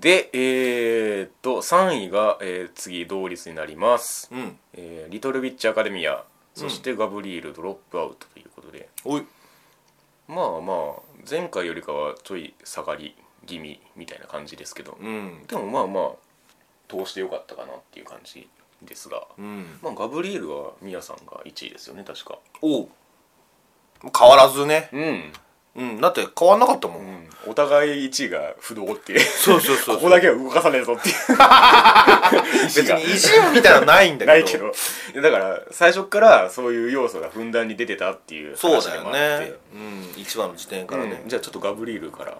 で、えー、っと、3位が、えー次、同率になります。うんえーリトル・ビッチ・アカデミア、そしてガブリエル・ドロップアウトということで、おいまあまあ、前回よりかはちょい下がり気味みたいな感じですけど、うんでもまあまあ、通してよかったかなっていう感じですが、うんまあ、ガブリエルはミヤさんが1位ですよね、確か。おう変わらずねうん。うんだって変わんなかったもん、お互い1位が不動っていう。そうそうそ うここだけは動かさねえぞっていう別に意地みたいなのないんだけど ないけどいやだから最初からそういう要素がふんだんに出てたっていうそう話だでよもあってねうん一番の時点からねうん、じゃあちょっとガブリールから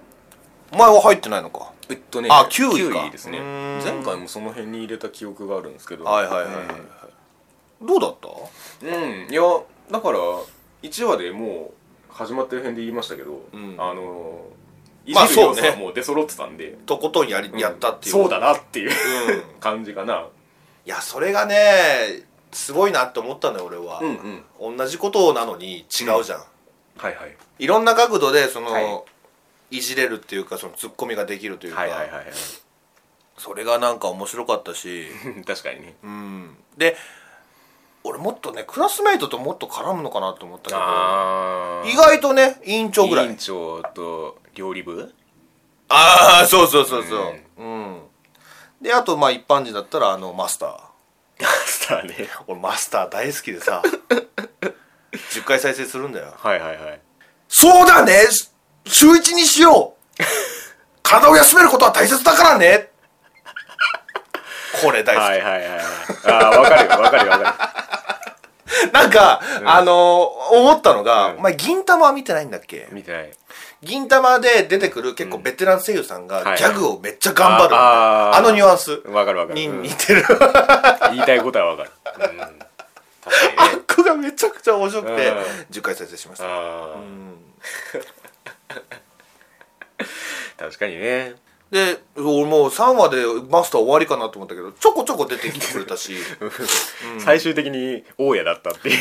お前は入ってないのかえっとねあ9位か位ですねうーん前回もその辺に入れた記憶があるんですけどはいはいはいはい、どうだったうん、うんいやだから1話でもう始まってる辺で言いましたけど、うんあのいまあじる要そう素ねはもう出揃ってたんで、とことんやり、やったっていうそうだなっていううんい感じかなやそれがねすごいなって思ったのよ俺は、うんうん同じことなのに違うじゃん、はいはいいろんな角度でその、はいい、じれるっていうかそのツッコミができるというか、はいはいはいはいそれがなんか面白かったし 確かにねうんで俺もっとねクラスメイトともっと絡むのかなと思ったけどあ意外とね委員長ぐらい委員長と料理部 ああそうそうそうそううん、であとまあ一般人だったらあのマスターマスターね俺マスター大好きで さ10回再生するんだよはいはいはいそうだねし週1にしよう体を休めることは大切だからねこれ大好き、はいはいはいはいああ分かるよ分かるよ分かなんか、あのー思ったのが、うんお前銀玉は見てないんだっける見てない銀玉で出てくる結構ベテラン声優さんんはがいギャグをめっちゃ頑張る、あーあのニュアンス分かる分かるにうん似て る言いたいことは分かるうん確かにねここがめちゃくちゃ面白くて、うん10回再生しました、あうーん確かにねで俺もう3話でマスター終わりかなと思ったけどちょこちょこ出てきてくれたし最終的に大家だったっていう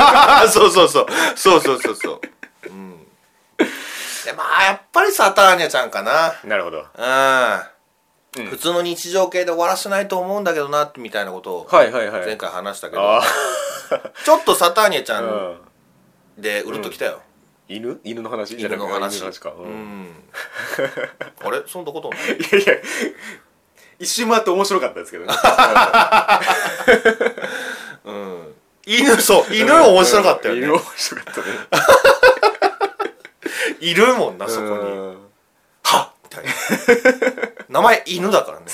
そうそうそうそうそうそうそう、うん、でまあやっぱりさターニャちゃんかなるほどはなうん、うん普通の日常系で終わらせないと思うんだけどなみたいなことをいはいは前回話したけど、あちょっとサターニャちゃあんうんでうるっときたよ、犬犬の話じゃな犬くのて話犬の話かううんん あれそんなことないいやいや一瞬回って面白かったですけどねうん犬そう犬面白かったよね、犬面白かったねいるもんなそこに、うんはっみ たいな名前犬だからね、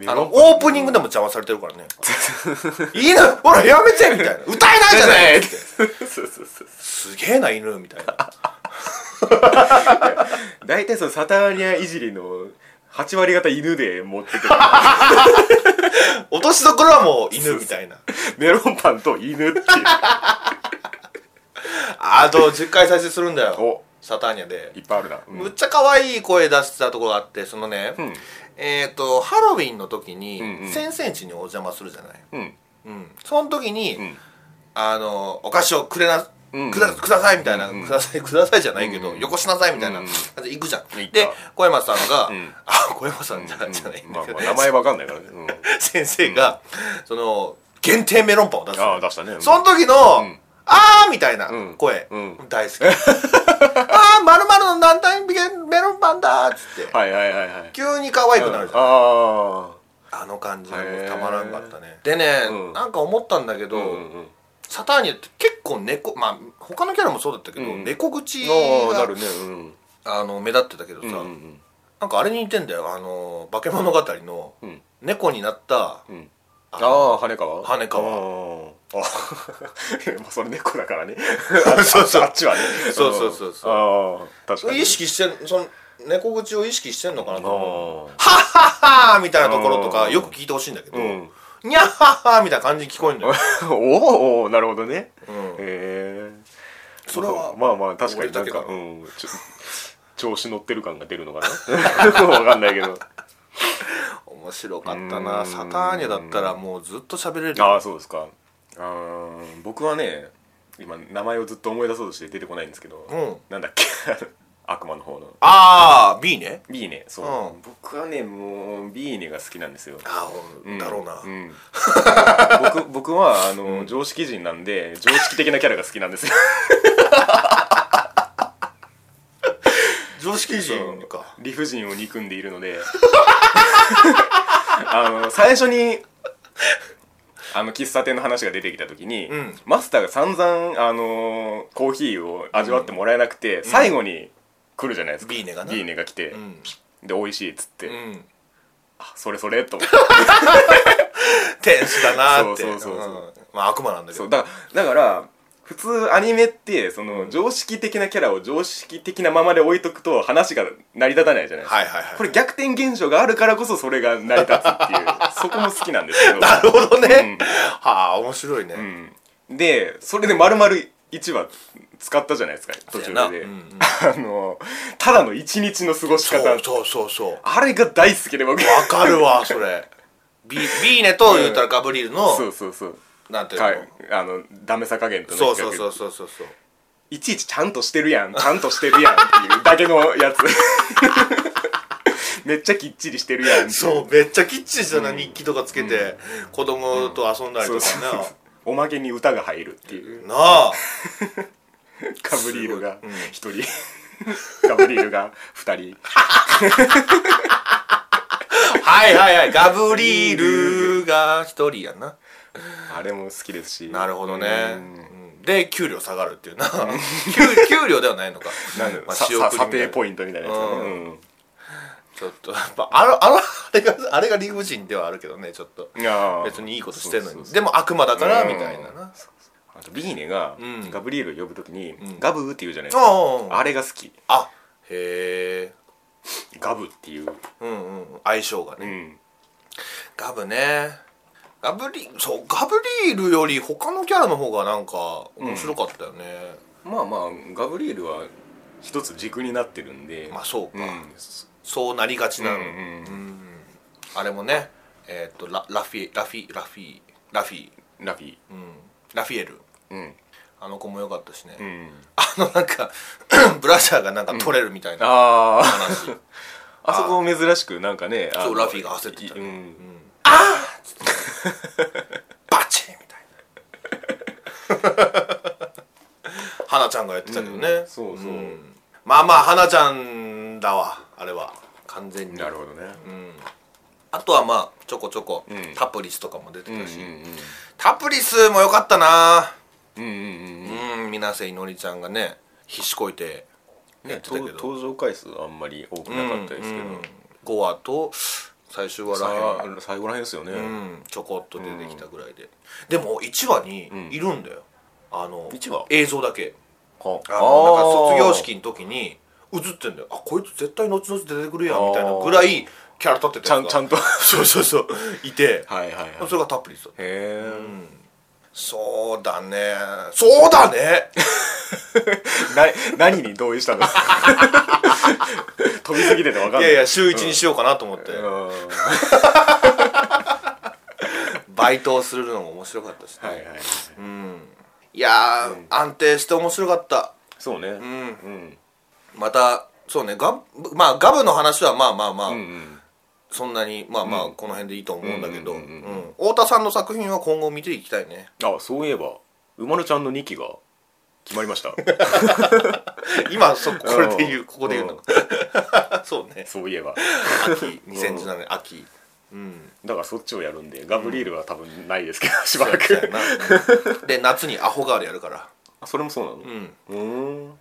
うん、あのオープニングでも邪魔されてるから ね犬ほらやめてみたいな歌えないじゃないそうそうそうすげえな犬みたいな 大体そのサターニアいじりの8割方犬で持 ってくる落としどころはもう犬みたいなメロンパンと犬っていう あと10回再生するんだよおサターニャでいっぱいあるな、うんむっちゃ可愛い声出してたところがあってそのね、うんえっ、とハロウィンの時うんうにん先生家にお邪魔するじゃない、 うんうん、その時に、んあのお菓子をくれなうんくだくださいみたいな、くださいくださいじゃないけど、うんうんよこしなさいみたいなうんうん感じで行くじゃん、行ったで小山さんが、うんあ小山さんじゃ,、じゃないんまだあけど、まあ名前わかんないからね、うん、 先生が、その限定メロンパンを出すああ出したねうんその時の、うんあーみたいなうん声、うん大 好きあーまるまるの何単位メロンパンだーっつって、はいはいはいはい急に可愛くなるじゃん、ああの感じがもうへーたまらんかったねでね、うんなんか思ったんだけど、あうんうんサターニャって結構猫まあ他のキャラもそうだったけど、うん猫口ああがなるねうんあの目立ってたけどさ、うんうんなんかあれに似てんだよあの化け物語のうん猫になったうんあああ羽川羽川あ あまあそれ猫だからね そうそうあっちはねそうそうそうそうああ確かに意識してんその猫口を意識してんのかなあと思うあはっはーみたいなところとかうんよく聞いてほしいんだけど、うんにゃっはっはーみたいな感じに聞こ えんだよ、おおなるほどねうん、へえそれはまあまあ確かになん俺だけかか、なうん、ちょ調子乗ってる感が出るのかな わかんないけど面白かったうなんサターニャだったらもうずっと喋れるああそうですかあー僕はね今名前をずっと思い出そうとして出てこないんですけど、 うんなんだっけ悪魔の方のああ B ねビーネそう、うん僕はねもうビーネが好きなんですよああ、んだろうな、うん僕 僕はあの、常識人なんで常識的なキャラが好きなんですよ常識人か理不尽を憎んでいるので あの最初にあの喫茶店の話が出てきた時に、うんマスターが散々、あのーコーヒーを味わってもらえなくて、最後に来るじゃないですかビーネがなビーネが来て、うん、で美味しいっつって、うん、あそれそれと思って天使だなーってそうそうそうそうんまあ悪魔なんだけそどうだだから普通アニメってその常識的なキャラを常識的なままで置いとくと話が成り立たないじゃないですか、はいはいはいこれ逆転現象があるからこそそれが成り立つっていうそこも好きなんですけど なるほどね、うんはあ面白いね、うんでそれで丸々1話使ったじゃないですか途中そうやなで、うんうんあのただの一日の過ごしそ方うそうそうそうわあれが大好きで僕かる わそれビビーネと言うたらガブリエルの、そうそうそうなんていうのかあのダメさ加減との比較そうそうそうそうそうそういちいちちゃんとしてるやん、ちゃんとしてるやんっていうだけのやつ。 めっちゃきっちりしてるやんっていそうめっちゃキッチンしたな、日記とかつけて、子供と遊んだりそとうそうかな、おまけに歌が入るっていう。なあガブリールがすごいうん一人。 ガブリールが二人。はいはいはいガブリールが一人やなあれも好きですし。なるほどねうん。うんで給料下がるっていうな給給料ではないのかなんだろうまあさ仕送りさ査みたい定なポイントみたいなやつだねううんちょっと、まあ、あのあのあれがあれが理不尽ではあるけどねちょっといやー別にいいことしてんそのうにそうそうでも悪魔だからうんみたいななあとビーネがうんガブリールを呼ぶときにんガブーって言うじゃないですかあああれが好きあへえガブっていううんうん相性がねうんガブねガブリそうガブリールより他のキャラの方がなんか面白かったよね、まあまあガブリールは一つ軸になってるんでまあそうか、うんそうなりがちなうの、んうあれもねえーっとララフィラフィラフィラフィ、ラフィうん、ラフィエルうんあの子も良かったしね、うんあのなんか ブラジャーがなんか取れるみたいなああ話、 あそこ珍しくなんかねあのそうラフィが焦ってたねうんバチンみたい な花ちゃんがやってたけどね、うんそうそうんまあまあ花ちゃんだわあれは完全になるほどねあとはまあちょこちょこ、んタプリスとかも出てうんうたんし、タプリスも良かったなうんうんうんうん水瀬いのりちゃんがね必死こいてやってたけど、登登場回数あんまり多くなかったですけうんうん5話と最終話らへんどさ最後らへんですよねうん、ちょこっと出てきたぐらいで、でも1話にいるんだよ、あの一話映像だけはあのなんかー卒業式の時に映ってんだよあこいつ絶対後々出てくるやんみたいなぐらいキャラ立ってちたゃやんつちゃがんとは そうそうそういて、いはいはいそれがタップリスだったへえそうだねそうだねな何に同意したんですか 飛びすぎててわかんいないやいや週1にしようかなと思って、うんはバイトをするのも面白かったし、ねいはいはいいやー、安定して面白かったそうねうんうんまたそうねガブまあガブの話はまあまあまあ、うんうんそんなにまあまあこの辺でいいと思うんだけどううんんうんうん太田さんの作品は今後見ていきたい ねあそういえば馬のちゃんの2期が決まりま した今そここれで言うんうここで言うの そうねそういえば秋2017年秋うんだからそっちをやるんでガブリールは多分ないですけど、しばそらうやくなうんで夏にアホガールやるからあそれもそうなのうんうんん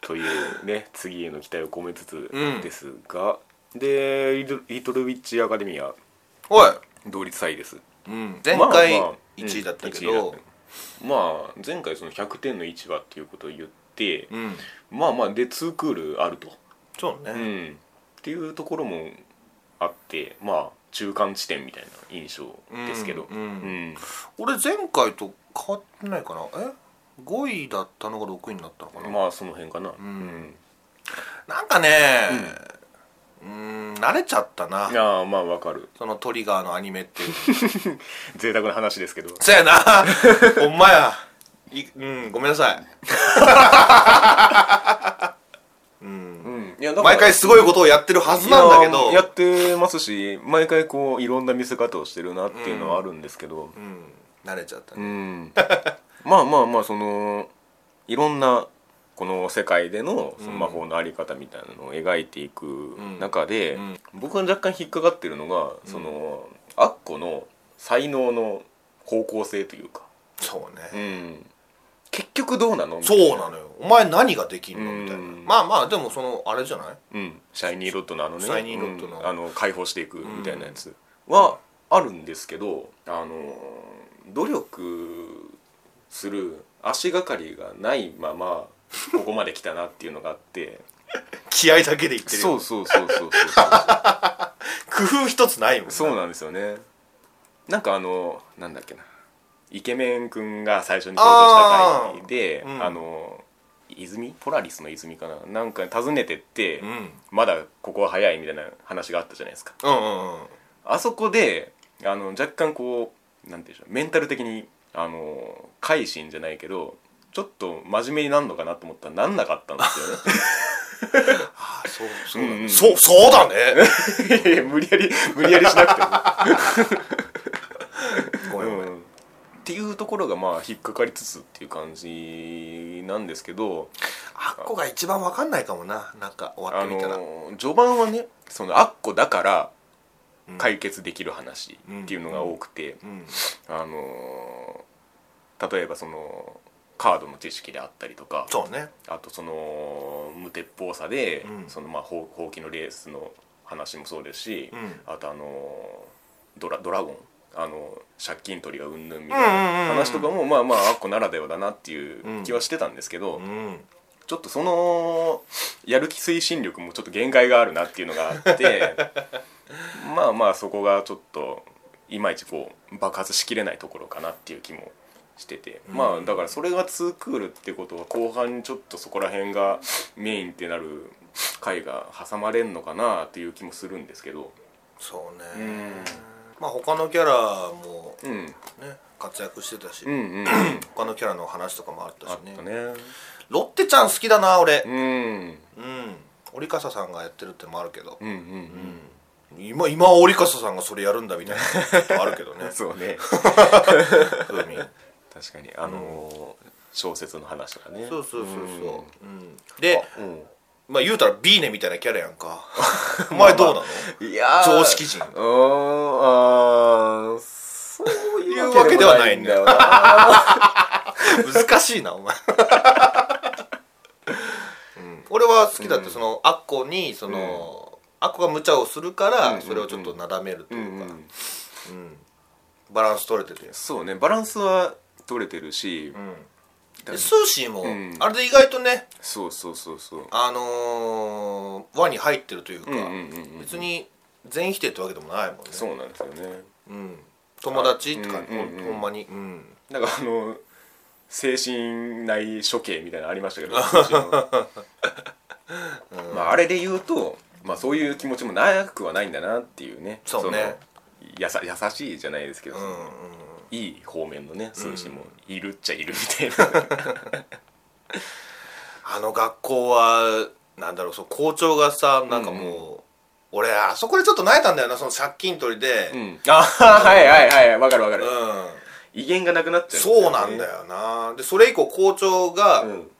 というね次への期待を込めつつうんですが、でリトリトルウィッチアカデミアおい同率3位ですうん前回まあまあ1位だったけうん1位どだったまあ前回その100点の1話っていうことを言って、うんまあまあで2クールあるとそううねん、っていうところもあってまあ中間地点みたいな印象ですけど、うんううんん俺前回と変わってないかなえ5位だったのが6位になったのかなまあその辺かな、うんなんかねうん慣れちゃったないやーまあわかるそのトリ ガーのアニメっていう 贅沢な話ですけどそやなほんまやいうんごめんなさ いうんいやだから毎回すごいことをやってるはずなんだけいどややってますし毎回こういろんな見せ方をしてるなっていうのはあるんですけどうん慣れちゃったうねん まあまあまあそのいろんなこの世界でのその魔法の在り方みたいなのを描いていく中で、うん僕が若干引っかかってるのがその、アッコの才能の方向性というか、そうねうん、結局どうなのそうなのよお前何ができんのみたいなうんまあまあでもそのあれじゃないうん、シャイニーロッドのあのねシャイニーロッドのうんあの解放していくみたいなやつはあるんですけど、あの努力する足がかりがないまま ここまで来たなっていうのがあって気合だけで言ってるよそうそうそうそうそう工夫一つないもん ねそうなんですよねなんかあのなんだっけなイケメンくんが最初に登場した回でああ、ーうんの泉ポラリスの泉かななんか訪ねてって、うんまだここは早いみたいな話があったじゃないですかうんうんうんあそこであの若干こうなんていうんでしょうメンタル的にあの改心じゃないけどちょっと真面目になるのかなと思ったらなんなかったんであそうそううんうんそうそうだねすよねいや無理やり無理やりしなくても、ごめんごめうんんっていうところがまあ引っかかりつつっていう感じなんですけどあっこが一番わかんないかもななんか終わあってみたらうんの序盤はねそのあっこだから解決できる話っていうのが多くて、あのー例えばそのカードの知識であったりとかそうねあとその無鉄砲さで、うんそのまあほうほうきのレースの話もそうですし、うんあとあのードラドラゴンあの借金取りがうんぬんみたうんうんういんなうん話とかもまあまああっこならではだなっていう気はしてたんですけど、うんちょっとそのやる気推進力もちょっと限界があるなっていうのがあってまあまあそこがちょっといまいちこう爆発しきれないところかなっていう気もしてて、うんまあだからそれが2クールってことは後半にちょっとそこら辺がメインってなる回が挟まれんのかなっていう気もするんですけどそうねうんまあ他のキャラもうんね活躍してたしうんうん他のキャラの話とかもあったあしっねたねロッテちゃん好きだな俺うんうん織笠さんがやってるってのもあるけどうんうんうん今今は織笠さんがそれやるんだみたいなことあるけど ねそうね風味確かにあのー小説の話とかねそうそうそうそう、うん、でうんまあ言うたらビーネみたいなキャラやん かお前どうなの、いやー常識人うーんあーそういうわけではないんだよ な難しいなお 前うん俺は好きだって、そのアッコにその、アッコが無茶をするから、それをちょっとなだめるとうんいうか、うんバランス取れててそうねバランスは取れてるし、でスーシーも、うんあれで意外とねそうそうそうそうあのー、輪に入ってるというか、うんうんうんうん別に全否定ってわけでもないもんねそうなんですよねうん、友達って感じ、うんうほんんうんほんまに、うん、なんかあの精神内処刑みたいなのありましたけ ど私のまああれで言うと、まあ、そういう気持ちもなくはないんだなっていうねそうそねのやさ優しいじゃないですけど、うんうんいい方面のね数字もいるっちゃいるみたいな、あの学校はなんだろうそう校長がさなんかもう、俺あそこでちょっと泣いたんだよなその借金取りで、うんうん、あはいはいはいわかるわかる、威厳がなくなっちゃうそうなんだよなでそれ以降校長が、うん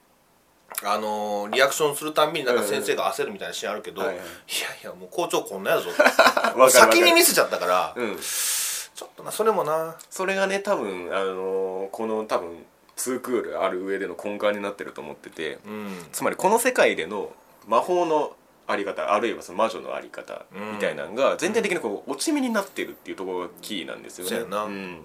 あのーリアクションするたんびになんか先生が焦るみたいなシーンあるけど、うんはいいはいやいやもう校長こんなやぞ わかるわかる先に見せちゃったから、うんちょっとなそれもなそれがね多分あのーこの多分2クールある上での根幹になってると思っててうんつまりこの世界での魔法のあり方あるいはその魔女のあり方みたいなのが全体的にこう落ち目になってるっていうところがキーなんですよね、そうやなん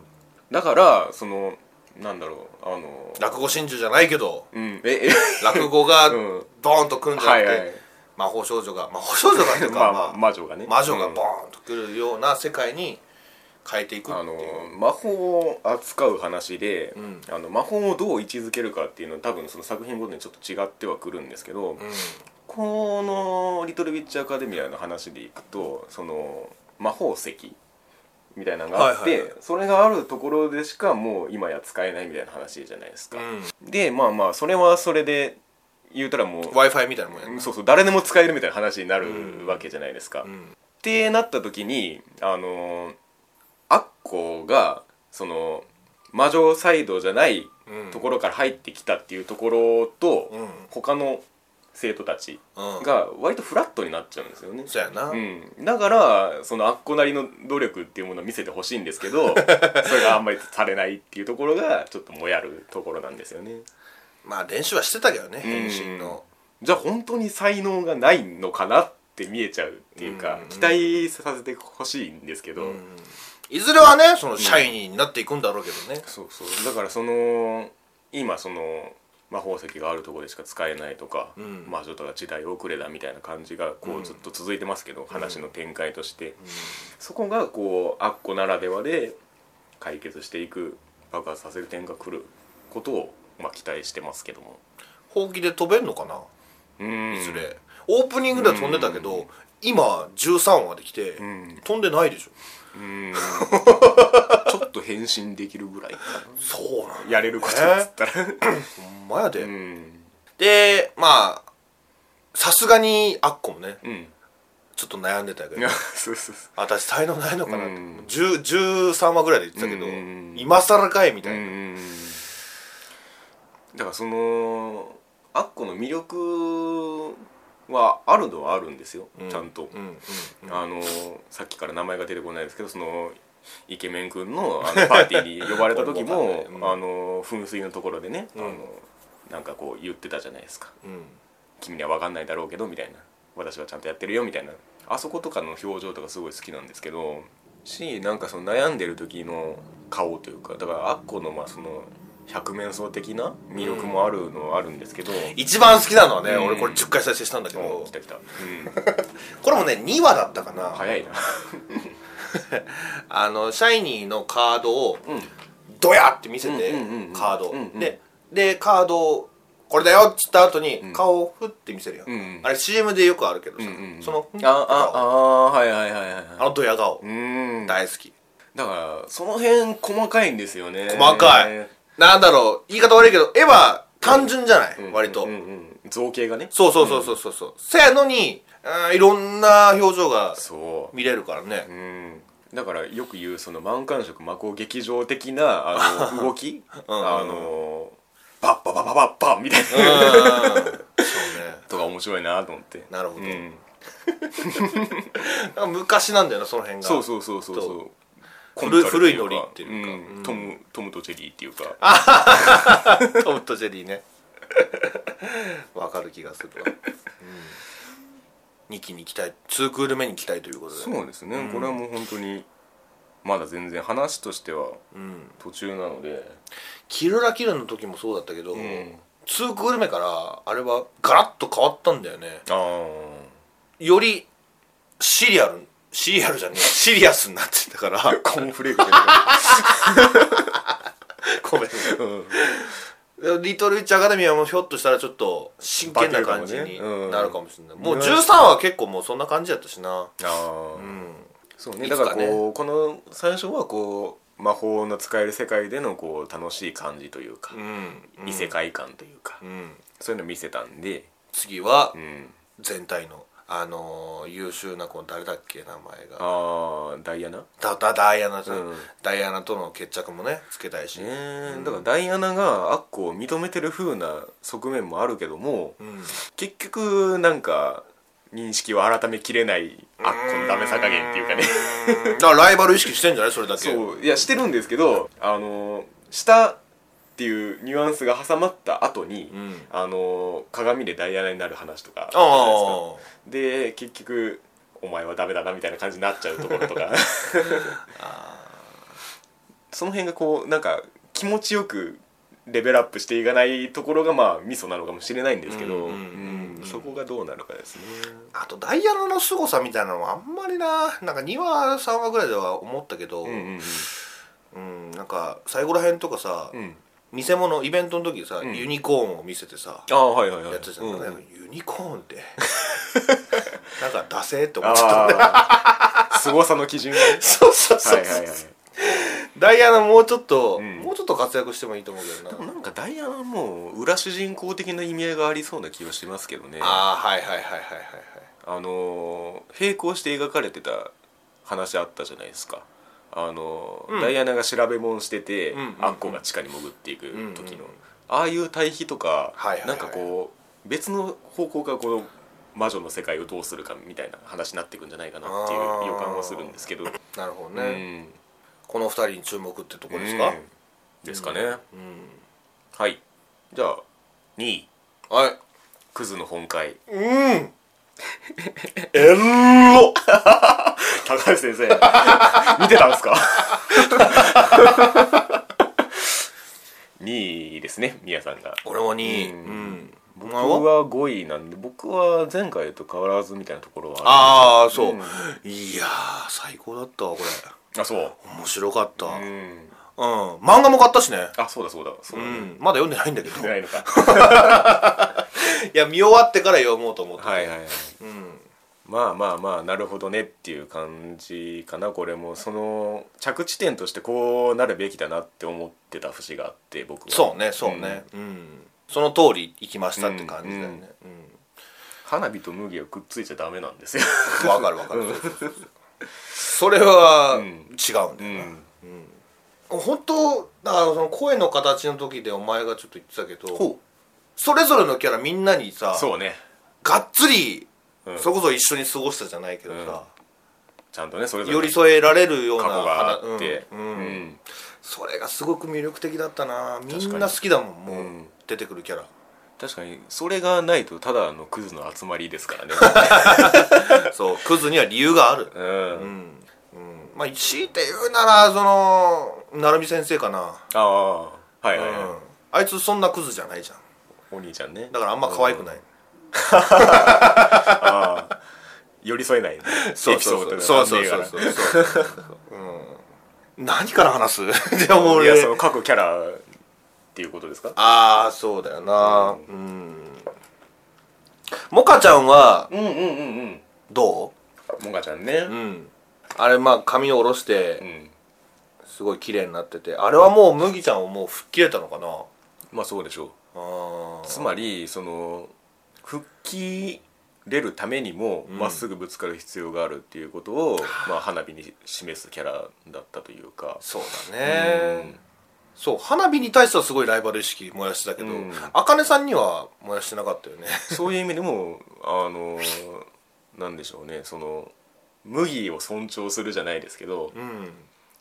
だからそのなんだろうあのー落語真珠じゃないけどうんええ落語がうんドーンと来るん じゃなはくいて、はい魔法少女が魔法少女がっていうか、 まあままああ魔女がね魔女がうボんーンと来るような世界に変えていくっていう、あの魔法を扱う話で、んあの魔法をどう位置づけるかっていうのは多分その作品ごとにちょっと違ってはくるんですけど、この「リトル・ウィッチ・アカデミア」の話でいくとその魔法石みたいなのがあって、はいはいはいそれがあるところでしかもう今や使えないみたいな話じゃないですか、うんでまあまあそれはそれで言うたらもう w i f i みたいなもんやうんなそうそう誰でも使えるみたいな話になうんるわけじゃないですか、うっんてなった時にあのーアッコがその魔女サイドじゃないうんところから入ってきたっていうところと、うん他の生徒たちうんが割とフラットになっちゃうんですよね。そうやなうん、だからそのあっこなりの努力っていうものを見せてほしいんですけ どそれがあんまりされないっていうところがちょっともやるところなんですよねまあ練習はしてたけどね変身のじゃあ本当に才能がないのかなって見えちゃうっていうか、うん期待させてほしいんですけど、うんいずれはねそのシャイニーになっていくんだろうけどねそうそうだからその今その魔法石があるところでしか使えないとか、んまあちょっと時代遅れだみたいな感じがこうずっと続いてますけど、話の展開として、そこがこうアッコならではで解決していく爆発させる点が来ることを、まあ、期待してますけどもほうきで飛べんのかなうんいずれオープニングでは飛んでたけど今13話まで来てん飛んでないでしょうん ちょっと変身できるぐらいかそうなんなやれることっつったら、ほんまやで、うんでまあさすがにアッコもねうん ちょっと悩んでたけどそうそうそ私才能ないのかなって、うん10 13話ぐらいで言ってたけど、うん今更かいみたうういな、んだからそのアッコの魅力はあるのはあるんですよ、うちゃんとう、んうんあのさっきから名前が出てこないですけどそのイケメン君のあのパーティーに呼ばれた時 俺もわも、かんないうんあの噴水のところでね、あのなんかこう言ってたじゃないですかうん「君には分かんないだろうけど」みたいな「私はちゃんとやってるよ」みたいなあそことかの表情とかすごい好きなんですけどしなんかその悩んでる時の顔というかだからアッコのまあその百面相的な魅力もあるのはあるんですけど、一番好きなのはね、うん俺これ10回再生したんだけおど来た来た、うん、これもね2話だったかな、早いなあのシャイニーのカードをうんドヤって見せて、うんうんうんうんカード、うんうんででカードをこれだよっつった後にん顔をふって見せるよ、うんうんあれ CM でよくあるけどさ、うんうんそのあああはいはいはいはいあのドヤ顔、うんだ大好きからその辺細かいんですよね細かい、なんだろう言い方悪いけど絵は単純じゃない、うん割と、うんうん造形がねそうそうそうそうそうそうせやのにあーいろんな表情がそ見れるからねううんだからよく言うその満感色魔法劇場的なあの 動きうんあのバッババババッバッみたいうんなそうねとか面白いなと思ってなるほうどんなんか昔なんだよなその辺がそうそうそうそうそう古コンサルって古いうノリかっていうかんうんトムトムとジェリーっていうかトムとジェリー ねわかる気がするわ、うん、2期に期待2クール目に期待ということでそうですねこれはもう本当にまだ全然話としてはうん、途中なのでキルラキルの時もそうだったけど、んツー2クール目からあれはガラッと変わったんだよねああよりシリアルシリアルじゃねえシリアスになってたからコーンフレークじゃ ごめんないリトル・ウィッチ・アカデミーはもうひょっとしたらちょっと真剣な感じ化けにるかもねうんなるかもしれない、もうね13話は結構もうそんな感じやったしなああ、うんそうねいだつかかねらこうこの最初はこう魔法の使える世界でのこう楽しい感じというかう、ん異世界観というか、うんそういうの見せたんで次はうん全体のあのー優秀な子誰だっけ名前がああダイアナねだだダイアナと、うんダイアナとの決着もねつけたいし、えだからダイアナがアッコを認めてる風な側面もあるけども、うん結局なんか認識を改めきれないアッコのダメさ加減っていうかねだからライバル意識してんじゃないそれだけ そういやしてるんですけどあのしたっていうニュアンスが挟まった後に、んあの鏡でダイアナになる話とかあるああじゃないですかで結局お前はダメだなみたいな感じになっちゃうところ とかその辺がこうなんか気持ちよくレベルアップしていかないところがまあミソなのかもしれないんですけどうんうんうんうんうんそこがどうなるかですねあとダイアナの凄さみたいなのはあんまりななんか2話3話ぐらいでは思ったけど、うんうんうんなんか最後らへんとかさ、うんうん偽物イベントの時にさ、んユニコーンを見せてさああはいはいはいやってたじゃんうんうん なんかユニコーンってなんかダセーって思っちゃったあー凄さの基準はね そうそうはそいうはいはいダイアナもうちょっと、うんもうちょっと活躍してもいいと思うけ でどもななんかダイアナはもう裏主人公的な意味合いがありそうな気はしますけどねあああはいはいはいはいはいのー並行して描かれてた話あったじゃないですかあのー、うんダイアナが調べ物してて、うんうんうんあっこが地下に潜っていく時の、うんうんああいう対比とか、はいはいはいなんかこう別の方向からこの魔女の世界をどうするかみたいな話になっていくんじゃないかなっていう予感はするんですけど、はいなるほどうね、ん、この二人に注目ってとこですか、うんですかね、うんはいじゃあ2位はいクズの本会うんえろ高橋先生 見てたんですか2位ですねみやさんが俺もにうんうんお僕前はは5位なんで僕は前回と変わらずみたいなところはああそう、うんいやー最高だったわこれあそう面白かった、うんうん漫画も買ったしねあそうだそうだそううだね、んまだ読んでないんだけどぐらいのかいや見終わってから読もうと思って、 はいはいはいうんまあまあまあなるほどねっていう感じかなこれもその着地点としてこうなるべきだなって思ってた節があって僕はそうねそうね、うんその通り行きましたって感じだよね花火と麦がくっついちゃダメなんですようんわ、かるわかるそれは違んうんだうよね、ん本当だからその声の形の時でお前がちょっと言ってたけどほそれぞれのキャラみんなにさそうねがっつり、うんそれこそ一緒に過ごしたじゃないけどさ、ちゃんとねそれぞれ寄り添えられるよう過な去があってうんうんうんそれがすごく魅力的だったなみ確んかなに好きだもんもう、うん出てくるキャラ確かにそれがないとただのクズの集まりですからね そうクズには理由があるうん、うん、うん、まあ強いて言うならその成美先生かな、ああはいはい、うんはあいつそんなクズじゃないじゃんいお兄ちゃんねだからあんま可愛くない、ああ寄り添えない、ね、エピソードがそうそう残念そうなそうそううん何から話す じゃあもういや俺その各キャラっていうことですかああそうだよなうんモカちゃんはうんうんうんうんどもがちゃんねううんあれまあ髪を下ろしうてんすごい綺麗になっててあれはもう麦ちゃんをもう吹っ切れたのかなまあそうでしょうあつまりその復帰れるためにもんまっすぐぶつかる必要があるっていうことを、まあ、花火に示すキャラだったというかそうだねそう花火に対してはすごいライバル意識燃やしてたけどうん茜さんには燃やしてなかったよね そういう意味でもあのなんでしょうねその麦を尊重するじゃないですけどうん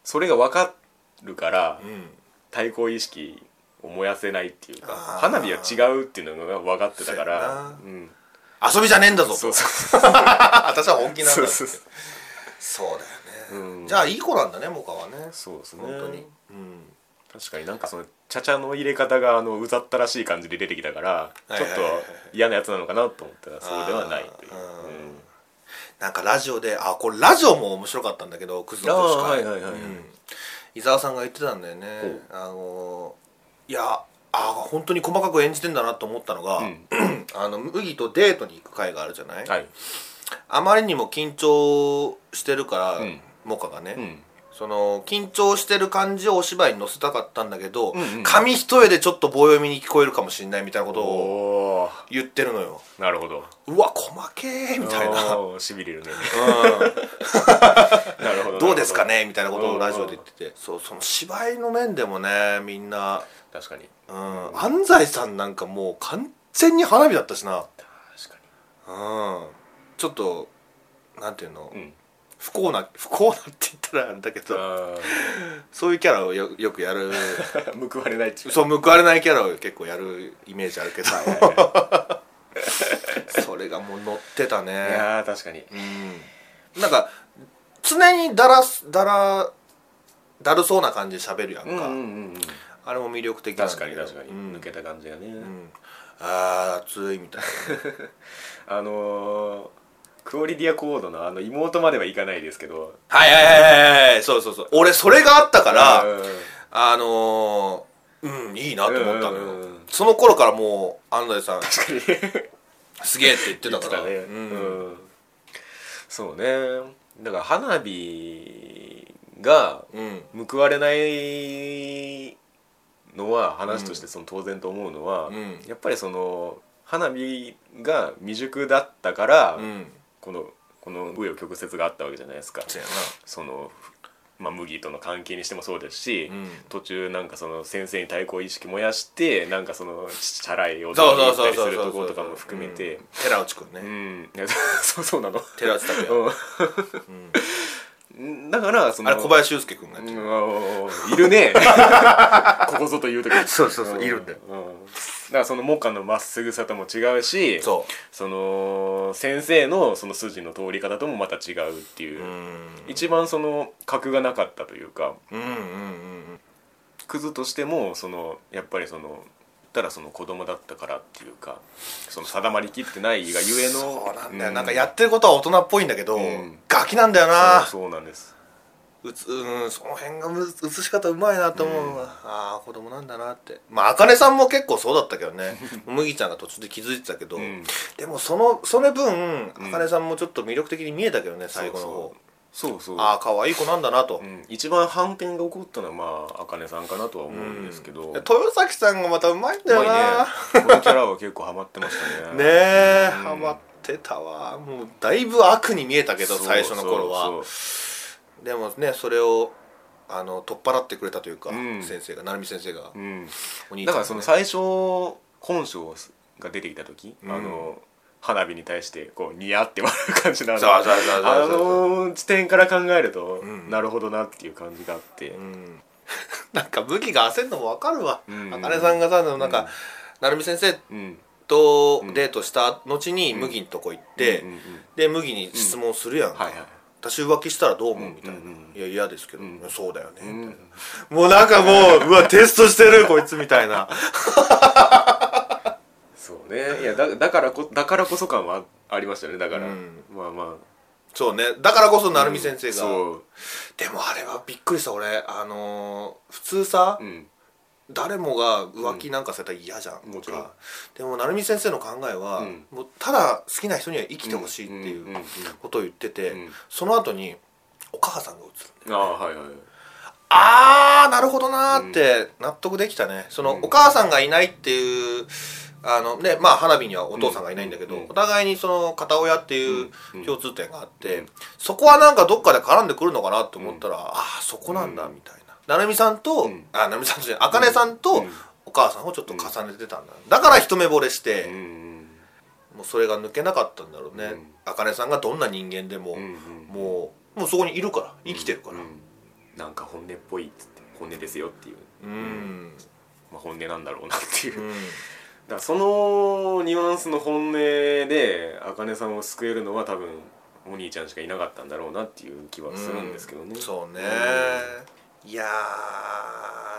それが分かるからうん対抗意識を燃やせないっていうかあー花火は違うっていうのが分かってたからそううん遊びじゃねえんだぞそとうそう 私は本気なんだそうってそうそうだよね、うんじゃあいい子なんだねモカはねそうですね本当に、うん、確かになんかその茶々の入れ方があのうざったらしい感じで出てきたからちょはっいはいはいはとい嫌なやつなのかなと思ったらそうではないというあーなんかラジオであこれラジオも面白かったんだけどクズの女子あーはい会はいはいはいうん伊沢さんが言ってたんだよねあのーいやあー本当に細かく演じてんだなと思ったのが、うん あの麦とデートに行く会があるじゃない、うんはいあまりにも緊張してるから、うんモカがね、うんその緊張してる感じをお芝居に乗せたかったんだけど、んうん紙一重でちょっと棒読みに聞こえるかもしれないみたいなことをお言ってるのよーなるほどうわ細けーみたいな、しびれるねう なるほどん、どうですかねねみたいなことをラジオで言っててそうその芝居の面でもねみんな、確かにうん、安西さんなんかもう完全に花火だったしな、確かうん、ちょっとなんていうの、にうん不幸な不幸なって言ったらあれだけどあそういうキャラをよよくやるー 報われないっていうそう報われないキャラを結構やるイメージあるけどはいはいは それがもう乗ってたいいねやー確かにうんなんか常にだらすだらだるそうな感じで喋るやんか、うんうんうんうんあれも魅力的なんだ確けかどに確かにうん抜けた感じがねうんあー熱いみたい あのークオリティアコードのあの妹まではいかないですけどなはいはいはいはいはいそうそうそう俺それがあったから、うんあのーうんいいなと思っうたのよ、んうんうんその頃からもう安西さん確かにすげえって言って言たっかてらたね、うんうんそうねだから花火がうん報われないのは話としてその当然と思うのは、うんやっぱりその花火が未熟だったから、うんこのこの紆余曲折があったわけじゃないですか。そうやそのまあ、麦との関係にしてもそうですし、うん途中なんかその先生に対抗意識燃やしてなんかそのチャラいなをそう言そうったそりすうそうるそうところとかも含めてうん寺内くんうねんいやそうそうなの寺内拓也うんだからそのあれ小林祐介くんがうんおーいるね ここぞという時にそうそうそういるんだようん、だからそのモカのまっすぐさとも違うしそその先生のその筋の通り方ともまた違うっていうう、ん一番その格がなかったというかうんうんうんクズとしてもそのやっぱりそのただその子供だったからっていうかその定まりきってないがゆえのそうなんだようなんかやってることは大人っぽいんだけどんガキなんだよなそうそうなんですうつうんその辺がむ映し方うまいなと思うわ、ああ子供なんだなってまあ茜さんも結構そうだったけど ね麦ちゃんが途中で気づいてたけど、んでもそのそれ分うん茜さんもちょっと魅力的に見えたけどね最後の方そうそうああ可愛い子なんだなと、うん、一番反転が起こったのはまあ茜さんかなとは思うんですけど、う豊崎さんがまたうまいんだよ まいねな、このキャラは結構ハマってましたねねえ、うんハマってたわもうだいぶ悪に見えたけどそう最初の頃はそうそでもねそれをあの取っ払ってくれたというか、うん先生が成美先生がう、うん、お兄ちゃだんがねからその最初本性が出てきた時、うんあの花火に対してこうニヤって笑う感じなのそうそうそうそうあの地点から考えると、うんなるほどなっていう感じがあって、なん か武器が焦るのもわかるわ、うんあかねさんがさでもなんか、成美先生うんとんデートした後に麦のとこ行って、うんうんで麦に質問するやんか、はいはい私浮気したらどう思うみたいな、うんうんうんいや嫌ですけど、んそうだよね、うんもうなんかもううわテストしてるこいつみたいなそうねいやだだからこだからこそ感はあありましたねだから、うんまあまそうねだからこそあ成美先生が、そうでもあれはびっくりした俺あのー普通さ、うん誰もが浮気なんかされたら嫌じゃんうんともちろんか、でも成美先生の考えは、うんもうただ好きな人には生きてほしいっていうんんうんことを言ってて、うんその後にお母さんが映るああはいはいあーなるほどなーって納得できたねその、うんお母さんがいないっていうあのねまあ花火にはお父さんがいないんだけど、うんお互いにその片親っていううん共通点があって、うんそこはなんかどっかで絡んでくるのかなと思ったら、ああそこなんだみたいな。成美さんと、うんあ成美さんとじゃない茜さんと、うんお母さんをちょっと重ねてたんだ、だから一目惚れしうて、んもうそれが抜けなかったんだろうね、うん茜さんがどんな人間でも、うんうんもうもうそこにいるから生きてるからうんなんか本音っぽいっつって本音ですよっていう、うんまあ、本音なんだろうなっていう、うだかんらそのニュアンスの本音で茜さんを救えるのは多分お兄ちゃんしかいなかったんだろうなっていう気はするんですけどね、そうね、いやー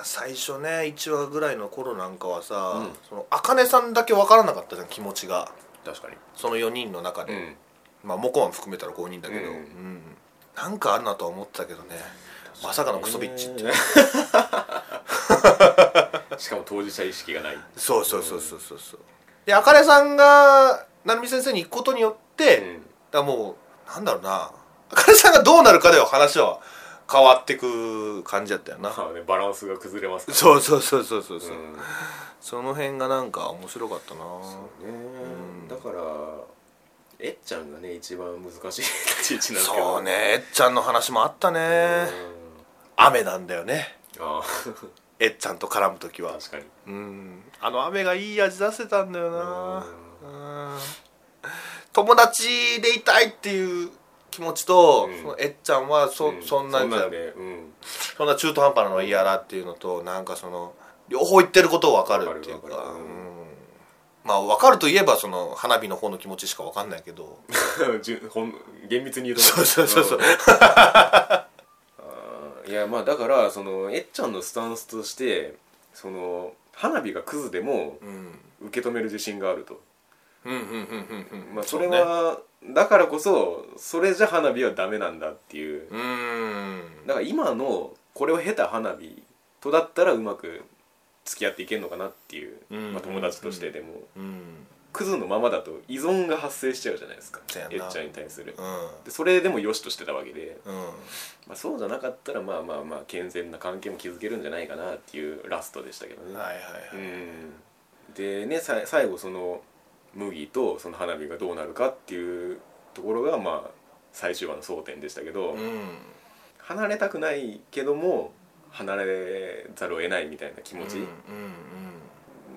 最初ね1話ぐらいの頃なんかはさ、うんその茜さんだけ分からなかったじゃん気持ちが確かにその4人の中で、うんまあモコマン含めたら5人だけど、うんうんなんかあるなとは思ってたけどねまさかのクソビッチって、 ねしかも当事者意識がないそうそうそうそうそうそうで茜さんが成美先生に行くことによって、うんだからもうなんだろうな茜さんがどうなるかでは話は変わってく感じだったよなまあねバランスが崩れますからそうそうそうそうそうそう、うんその辺がなんか面白かったなそうね、んだからえっちゃんがね一番難しい立ち位置なんですけどそうねえっちゃんの話もあったねうん雨なんだよねああえっちゃんと絡む時は確かにうんあの雨がいい味出せたんだよなうん友達でいたいっていう気持ちと、うんそのえっちゃんはそ,、うんそんなんじゃそんなんでうん そんな中途半端なのは嫌だっていうのとなんかその両方言ってることを分かるっていうか分かる分かるうんまあ分かるといえばその花火の方の気持ちしか分かんないけどじゅほん厳密に言うとそうそうそうそうんあーいやまあだからそのえっちゃんのスタンスとしてその花火がクズでもうん受け止める自信があると、うんうんうんうんうんまあ、それはだからこそそれじゃ花火はダメなんだっていうう,、んだから今のこれを経た花火とだったらうまく付き合っていけるのかなっていう、うんまあ、友達としてでも、うんクズのままだと依存が発生しちゃうじゃないですかそうやんなエッチャーに対する、うでそれでも良しとしてたわけで、んうんまあ、そうじゃなかったらまあまあまあ健全な関係も築けるんじゃないかなっていうラストでしたけどね、はいはいはうい、んでねさ最後その麦とその花火がどうなるかっていうところがまあ最終話の争点でしたけど、うん離れたくないけども離れざるを得ないみたいな気持ち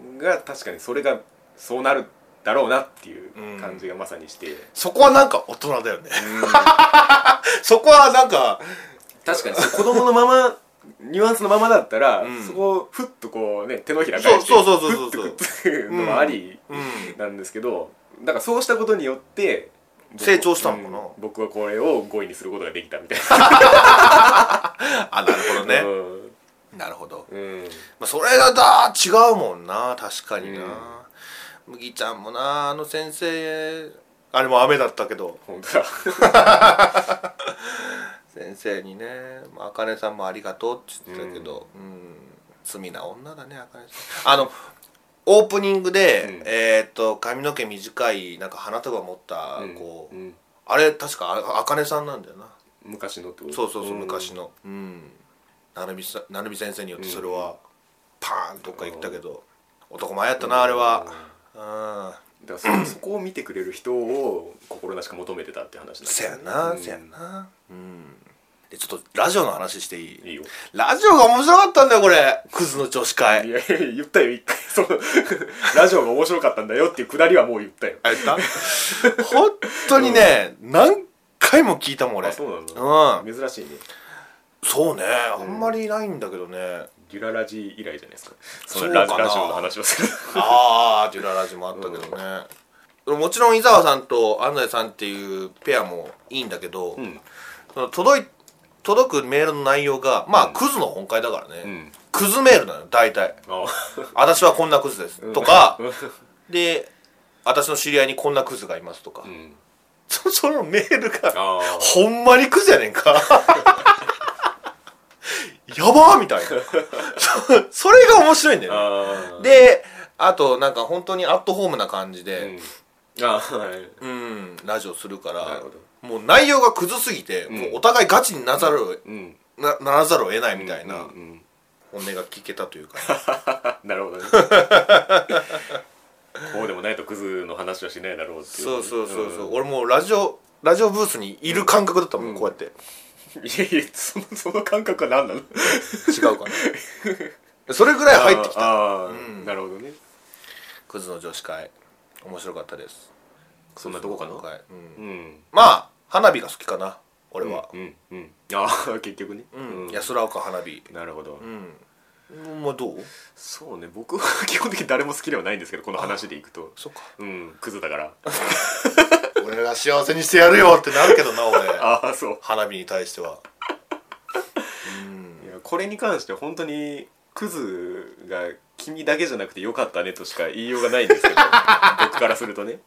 うんが確かにそれがそうなるだろうなっていう感じがまさに して、そこはなんか大人だよねそこはなんか確かに子供のままニュアンスのままだったら、うんそこをふっとこうね手のひらそ返うしてそうそうそうふっそうとくっつくのもありうんなんですけど、だからそうしたことによって僕成長したのかなうん僕はこれを5位にすることができたみたいあなるほどな、ねうんなるほど、うんまあ、それがだ違うもんな確かにうんな、麦ちゃんもなあの先生あれも雨だったけど本当だ先生にねまあ茜さんもありがとうって言ってたけどうん、罪な女だね茜さんあのオープニングで、うんえーっと髪の毛短いなんか花束持ったうんこう、うんあれ確かあ茜さんなんだよな昔のってことそうそうそう、ん昔のうん成美さ成美先生によってそれは、パーンどっか行ったけど、男前やったなあれはうん、だからそそこを見てくれる人を心なしか求めてたって話なんだせやな、うんせやなうんでちょっとラジオの話していいいいよラジオが面白かったんだよこれクズの女子い会やいや言ったよ一回その ラジオが面白かったんだよっていうくだりはもう言ったよあれ言った本当にね、何回も聞いたもん俺あそうなんだうん珍しいねそうねあんまりないんだけどね、デュララジ以来じゃないですかそそうのかなラジラジオの話をするああデュララジもあったけどね、もちろん伊沢さんと安西さんっていうペアもいいんだけど、んその届い届くメールの内容がまあ、クズの本会だからね、うんクズメールなのよ大体あ「私はこんなクズです」とか、で「私の知り合いにこんなクズがいます」とか、うんそ そのメールがあほんまにクズやねんか やばーみたいな そそれが面白いんだよあねでであとなんか本当にアットホームな感じうでんあーはいうん、ラジオするかならるほどもう内容がクズすぎて、もうお互いガチになざるを、うんなならざるを得ないみたいなうんうん本音が聞けたというか、 あなる ほどねこうでもないとクズの話はしないだろうっていうそうそうそうそう、ん俺もうラジオラジオブースにいる感覚だったもん、うんこうやっていやいやそのその感覚は何なの違うかなそれぐらい入ってきたあーあーなるほどねクズの女子会面白かったですそんなとこかなクズの女子会ううんんまあ花火が好きかな俺はうんうんああ結局ねうん、うん安らか花火なるほどうんお前どうそうね僕は基本的に誰も好きではないんですけどこの話でいくとそっかうんクズだから 俺が幸せにしてやるよってなるけどな 俺ああそう花火に対してはいやこれに関しては本当にクズが君だけじゃなくてよかったねとしか言いようがないんです けど僕からするとね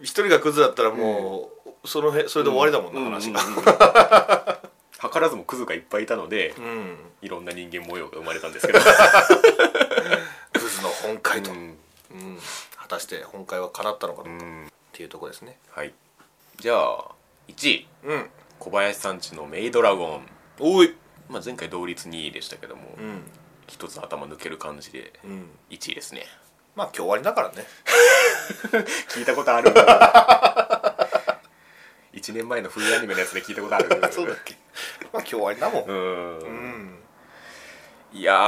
一人がクズだったらもう、その辺それで終わりだもんな、話がうんうんうん図らずもクズがいっぱいいたのでうん、いろんな人間模様が生まれたんですけど、クズの本会と、ううんん果たして本会は叶ったのかどううか、っんていうとこですねはいじゃあ1位うん小林さんちのメイドラゴン、おいまあ、前回同率2位でしたけどもうん一つ頭抜ける感じでうん1位ですねまあ今日終わりだからね聞いた ことある1年前の冬アニメのやつで聞いたことあ るけまあ今日終わりだもん、うんうんいや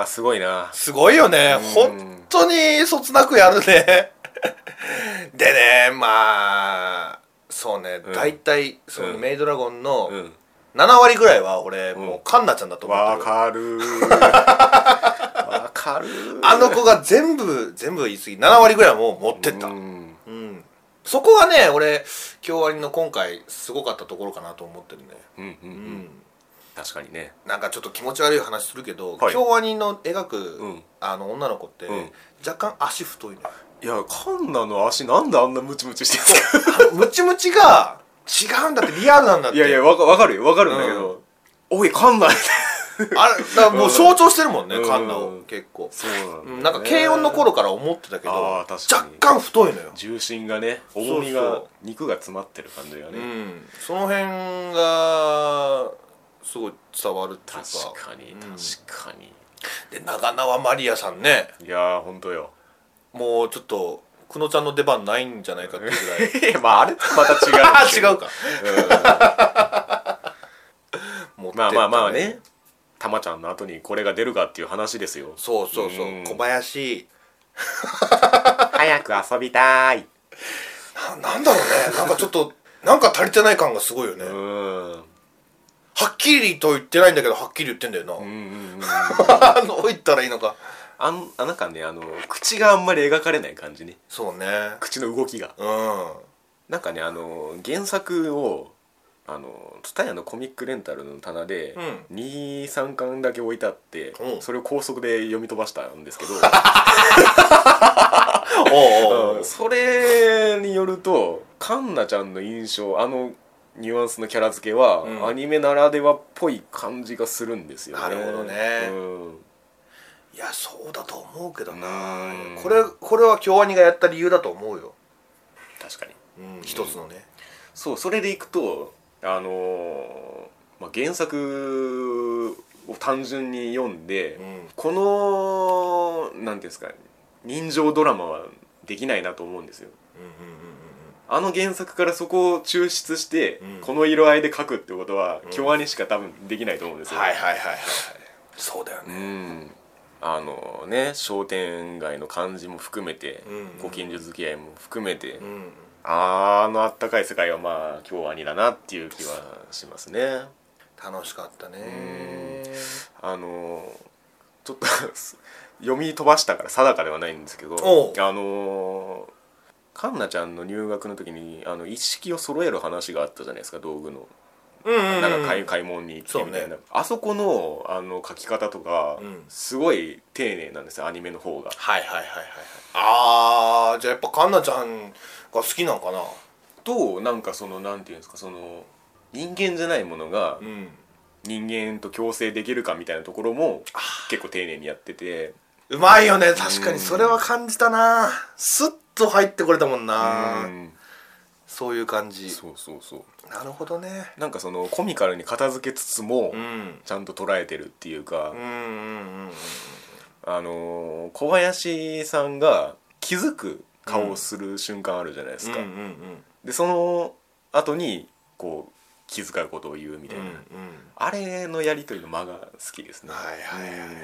ーすごいなすごいよね、うん本当にそつなくやるね でねまあそうね、ん大体そのうんメイドラゴンのうん7割ぐらいは俺もんうカンナちゃんだと思わってる、かるー わかるーあの子が全部全部言い過ぎ7割ぐらいはもう持ってったううん、んそこがね俺京アニの今回すごかったところかなと思ってるねうんうんううんん確かにねなんかちょっと気持ち悪い話するけど、はい京アニの描く、うんあの女の子って、うん若干足太いのよいやカンナの足なんであんなムチムチしてんすかあのムチムチが違うんだってリアルなんだっていやいやわかわかるよわかるんだけど、おいカンナあれだからもう象徴してるもんねうんカンナを結構そうなんだよね、うんなんか軽音の頃から思ってたけどあー若確かに干太いのよ重心がね重みがそうそう肉が詰まってる感じがうね、んその辺がすごい伝わるっていうか確かにうん確かに、で長縄マリアさんねいやー本当よもうちょっと久野ちゃんの出番ないんじゃないかっていうぐ らいま ああれまた違うああ違うか 持ってったまあまあまあねたまちゃんの後にこれが出るかっていう話ですよそうそうそううん小林早く遊びたいななんだろうねなんかちょっとなんか足りてない感がすごいよね、うはんうんっきりと言ってないんだけどはっきり言ってんだよな、うんうん あのどう言ったらいいのかあんあなんかねあの口があんまり描かれない感じねそうね口の動きがうんはなんかねあの原作をあの蔦屋のコミックレンタルの棚でう23巻だけ置いてあって、うんそれを高速で読み飛ばしたんですけ ど、おうおううんそれによるとカンナちゃんの印象あのニュアンスのキャラ付けは、うんアニメならではっぽい感じがするんですよねなるほどねうんいやそうだと思うけどなうんこれこれは京アニがやった理由だと思うよ、確かにうん、一つのねそうそれでいくとあのーまあ、原作を単純に読んで、うんこのなんていうんですか人情ドラマはできないなと思うんですよあの原作からそこを抽出して、うんこの色合いで描くってことは京アニしか多分できないと思うんですよ、はいはいはいはいはいそうだようねんあのね商店街の感じも含めて、うんご近所付き合いも含めて、うんあーあのあったかい世界はまあ京アニだなっていう気はしますね楽しかったねあのちょっと 読み飛ばしたから定かではないんですけどおうあのカンナちゃんの入学の時にあの一式を揃える話があったじゃないですか道具のうんうんうんなんか買い買い物に行ってみたいそうな、ねあそこのあの書き方とか、うんすごい丁寧なんですよアニメの方がはいはいはいはいはいあーじゃあやっぱカンナちゃんが好きなんかなとなんかそのなんていうんですかその人間じゃないものがうん人間と共生できるかみたいなところも結構丁寧にやっててうまいよね確かにそれは感じたなスッと入ってこれたもんなうんそういう感じそうそうそうなるほどねなんかそのコミカルに片付けつつもうんちゃんと捉えてるっていうか、うんうんうんあのー小林さんが気づく顔をする瞬間あるじゃないですか、うんうんでその後にこう気遣うことを言うみたういんな、うんあれのやり取りの間が好きですねはいはいはいはいうん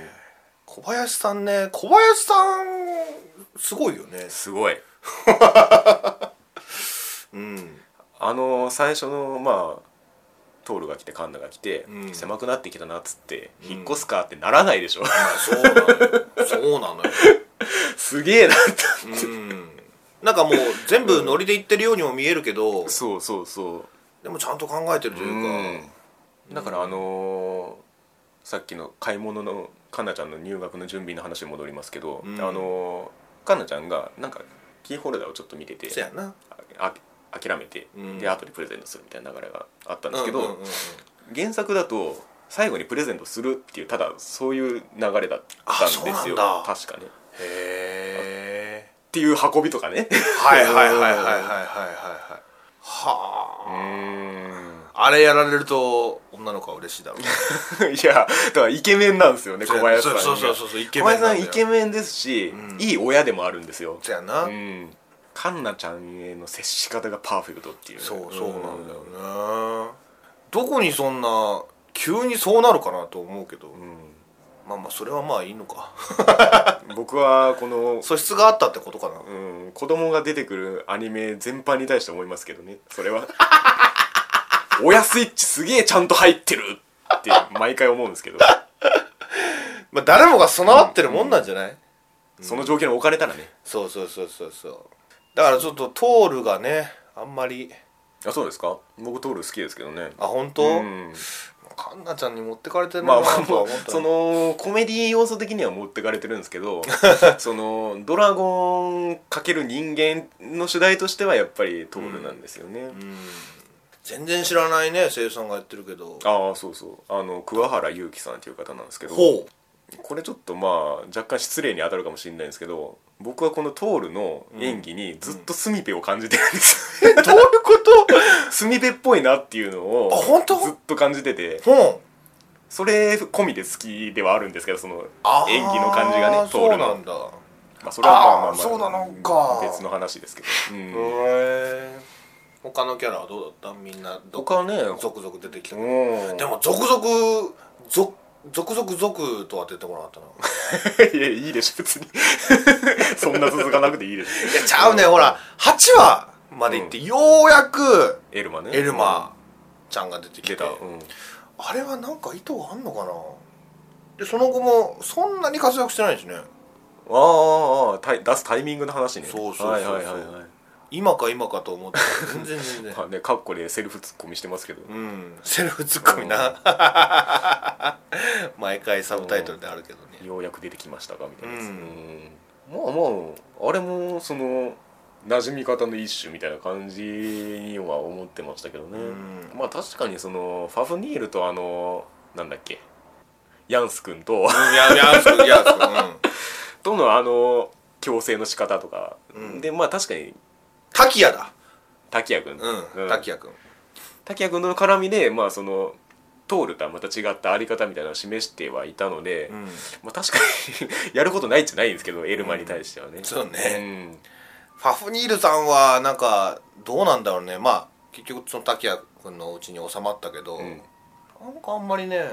小林さんね小林さんすごいよねすごいうんあの最初のまあトールが来てカンナが来て、うん狭くなってきたなっつってうん引っ越すかってならないでしょ、 まあそうなのよそうなのよすげえなってうんなんかもう全部ノリで言ってるようにも見えるけど、そうそうそでもちゃんと考えてるうというか、だからあのーさっきの買い物のカンナちゃんの入学の準備の話に戻りますけど、うんあのーカンナちゃんがなんかキーホルダーをちょっと見ててそやなああ諦めて、うんで後でプレゼントするみたいな流れがあったんでうすけど、んうんうんうん原作だと最後にプレゼントするっていうただそういう流れだったあんですそうよなんだ確かね。っへえていう運びとか ね。はいはいはいはいはいはいはいはいはうああれやられると女の子は嬉しいだろうねーん いやだからイケメンなんですよね 小林さんがそうそうそうそうイケ小メン林なさだんよイケメンですし、うんいい親でもあるんですよ。そやな、うん。カンナちゃんへの接し方がパーフェクトっていう。そうそうなんだよねどこにそんな急にそうなるかなと思うけど、うん。まあまあそれはまあいいのか僕はこの素質があったってことかなうん、子供が出てくるアニメ全般に対して思いますけどねそれ は親スイッチすげえちゃんと入ってるって毎回思うんですけどまあ誰もが備わってるもんなんじゃない、その状況に置かれたらねそうそうそうそうそうだからちょっとトールがねあんまりあそうですか僕トール好きですけどねあ本う当、んカンナちゃんに持ってかれてるまあのまあかなまとはあ思ったそののコメディ要素的には持ってかれてるんですけどそのドラゴンかける人間の主題としてはやっぱりトールなんですよね、うん全然知らないね声優さんがやってるけどああそうそうあの桑原祐希さんっていう方なんですけどほうこれちょっとまあ若干失礼に当たるかもしれないんですけど僕はこのトールの演技にずっとスミペを感じてるんですよ、どういうことスミペっぽいなっていうのをあ本当ずっと感じててほうそれ込みで好きではあるんですけどそのあー演技の感じがねトーそうルなのんだまあ、それはまあまあまああーそうなのか別の話ですけど、うんへえ他のキャラはどうだったみんなどっか他ね続々出てきたうんでも続々続続々続とは出てこなかった ないいやいいでしょ別に そんな続かなくていいでしょやちゃうねほら8話まで行ってようやくエルマねエルマちゃんが出てき出てた、うんあれはなんか意図があんのかなでその後もそんなに活躍してないしねああああタイ出すタイミングの話ねそうそうそうそうはいはいはいはい今か今かと思ってた全然全然まあね、カッコでセルフツッコミしてますけど、うんセルフツッコミな毎回サブタイトルであるけどねようやく出てきましたかみたいなやつ、ううんまあまああれもその馴染み方の一種みたいな感じには思ってましたけどね、うんまあ確かにそのファフニールとあのなんだっけヤンス君と うんいやいやそういやそううんとのあの共生の仕方とか、うんでまあ確かに滝谷だ滝谷君、うんうん滝谷君滝谷君の絡みでまあその通るとはまた違ったあり方みたいなのを示してはいたので、うんまあ、確かに やることないじゃないんですけどエルマに対してはね、そうねファフニールさんはなんかどうなんだろうねまあ結局その滝谷君のうちに収まったけど、うんなんかあんまりね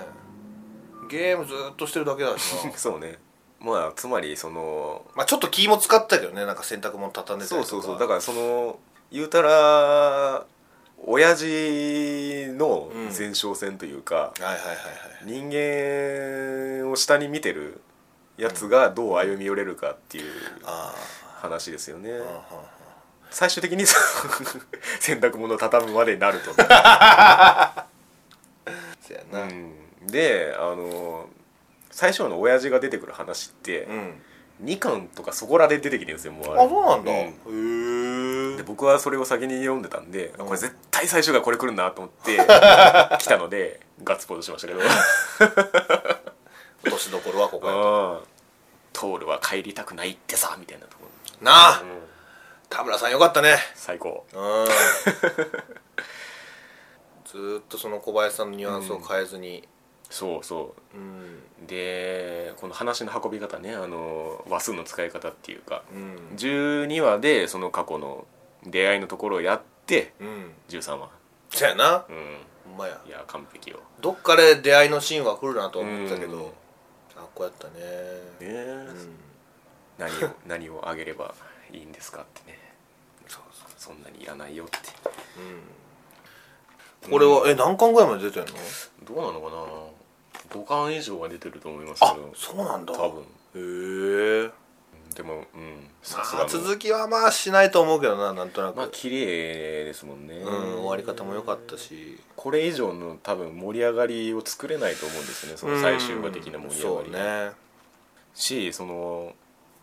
ゲームずーっとしてるだけだし うな んそうねまあつまりそのまあちょっと気も使ったけどねなんか洗濯物畳んでそたりうとかそうそうだからその言うたら親父の前哨戦というか、はいはいはい人間を下に見てるやつがどう歩み寄れるかっていうはいあ話ですよね、ーあー最終的にその 洗濯物を畳むまでになると。そやうなうんん、であの最初の親父が出てくる話って、2巻とかそこらで出てきてるんですよもうああれそうなんだ、うんへでえ僕はそれを先に読んでたんで、うんこれ絶対最終回これ来るなと思って 来たのでガッツポーズしましたけど落としどころはここや「トールは帰りたくないってさ」みたいなとこなろ、あうん田村さんよかったね最高うん ずーっとその小林さんのニュアンスを変えずにそうそうんうでこの話の運び方ねあの話数の使い方っていうかうん12話でその過去の出会いのところをやってうん13話そやなうんほんまやいや完璧よどっかで出会いのシーンは来るなと思ってたけうんどあこうやったねねうん何を何をあげればいいんですかってねそうそそんなにいらないよってううんこれはえ何巻ぐらいまで出てんのどうなのかな5巻以上は出てると思いますけあどそうなんだ多分へえでもうんまさすがあの続きはまあしないと思うけどななんとなく、まあ綺麗ですもんね、うん、終わり方も良かったしこれ以上の多分盛り上がりを作れないと思うんですよねその最終話的な盛り上がりうんが、そうねしその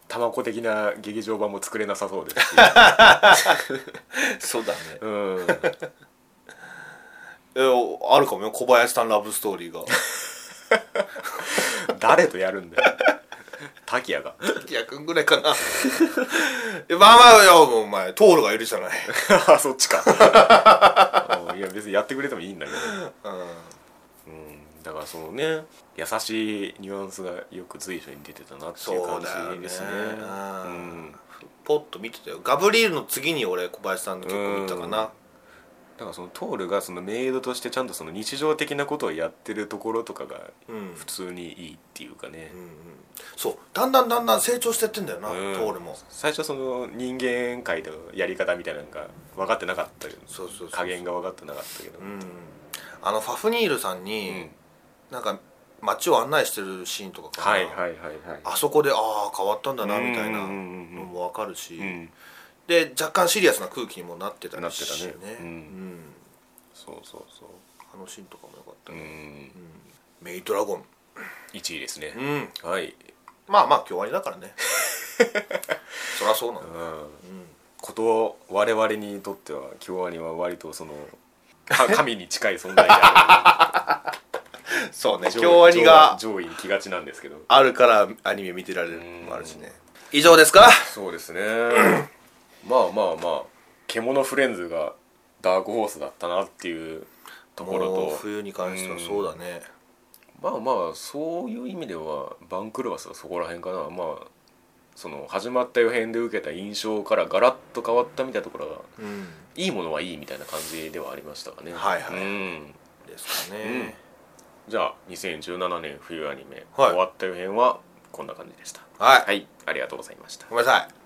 タマコ的な劇場版も作れなさそうですし、そうだねうん、えおあるかもよ小林さんラブストーリー が誰とやるんだ よ滝谷がいやくんぐらいかな えまあまあいやお前トールがいるじゃない、あそっちかうんいや別にやってくれてもいいんだけど、 ううんん、だからそのね優しいニュアンスがよく随所に出てたなっていう感じですねそうだよねうん、ポッと見てたよガブリエルの次に俺小林さんの結構見たかなだからそのトールがそのメイドとしてちゃんとその日常的なことをやってるところとかがうん、うんうん普通にいいっていうかね、そうだんだんだんだん成長してってんだよな、うんトールも最初その人間界のやり方みたいなのが分かってなかったけどそうそうそう加減が分かってなかったけど、うんあのファフニールさんうにん、なんか街を案内してるシーンとかかなはいはいはいはいあそこでああ変わったんだなみたいなうんうんうんうんのも分かるし、うんで若干シリアスな空気にもなってたりしなってたねうんうんそうそうそうあのシーンとかもよかったうね、んメイドラゴン1位ですね、うんはい、まあまあ今日終わりだから ねそりゃそうなの うん、こと我々にとっては京アニは割とそのか神に近い存在であそうねる 京アニが上位に来がちなんですけどあるからアニメ見てられるうんもあるしね以上ですかそうですね まあまあまあ獣フレンズがダークホースだったなっていうところもうと冬に関してはそうだねまあまあそういう意味では番狂わせはそこら辺かなまあその始まった予変で受けた印象からガラッと変わったみたいなところがうんいいものはいいみたいな感じではありましたかねはいはいうんですかねじゃあ2017年冬アニメ、はい終わった予変はこんな感じでしたはいはいありがとうございましたごめんなさい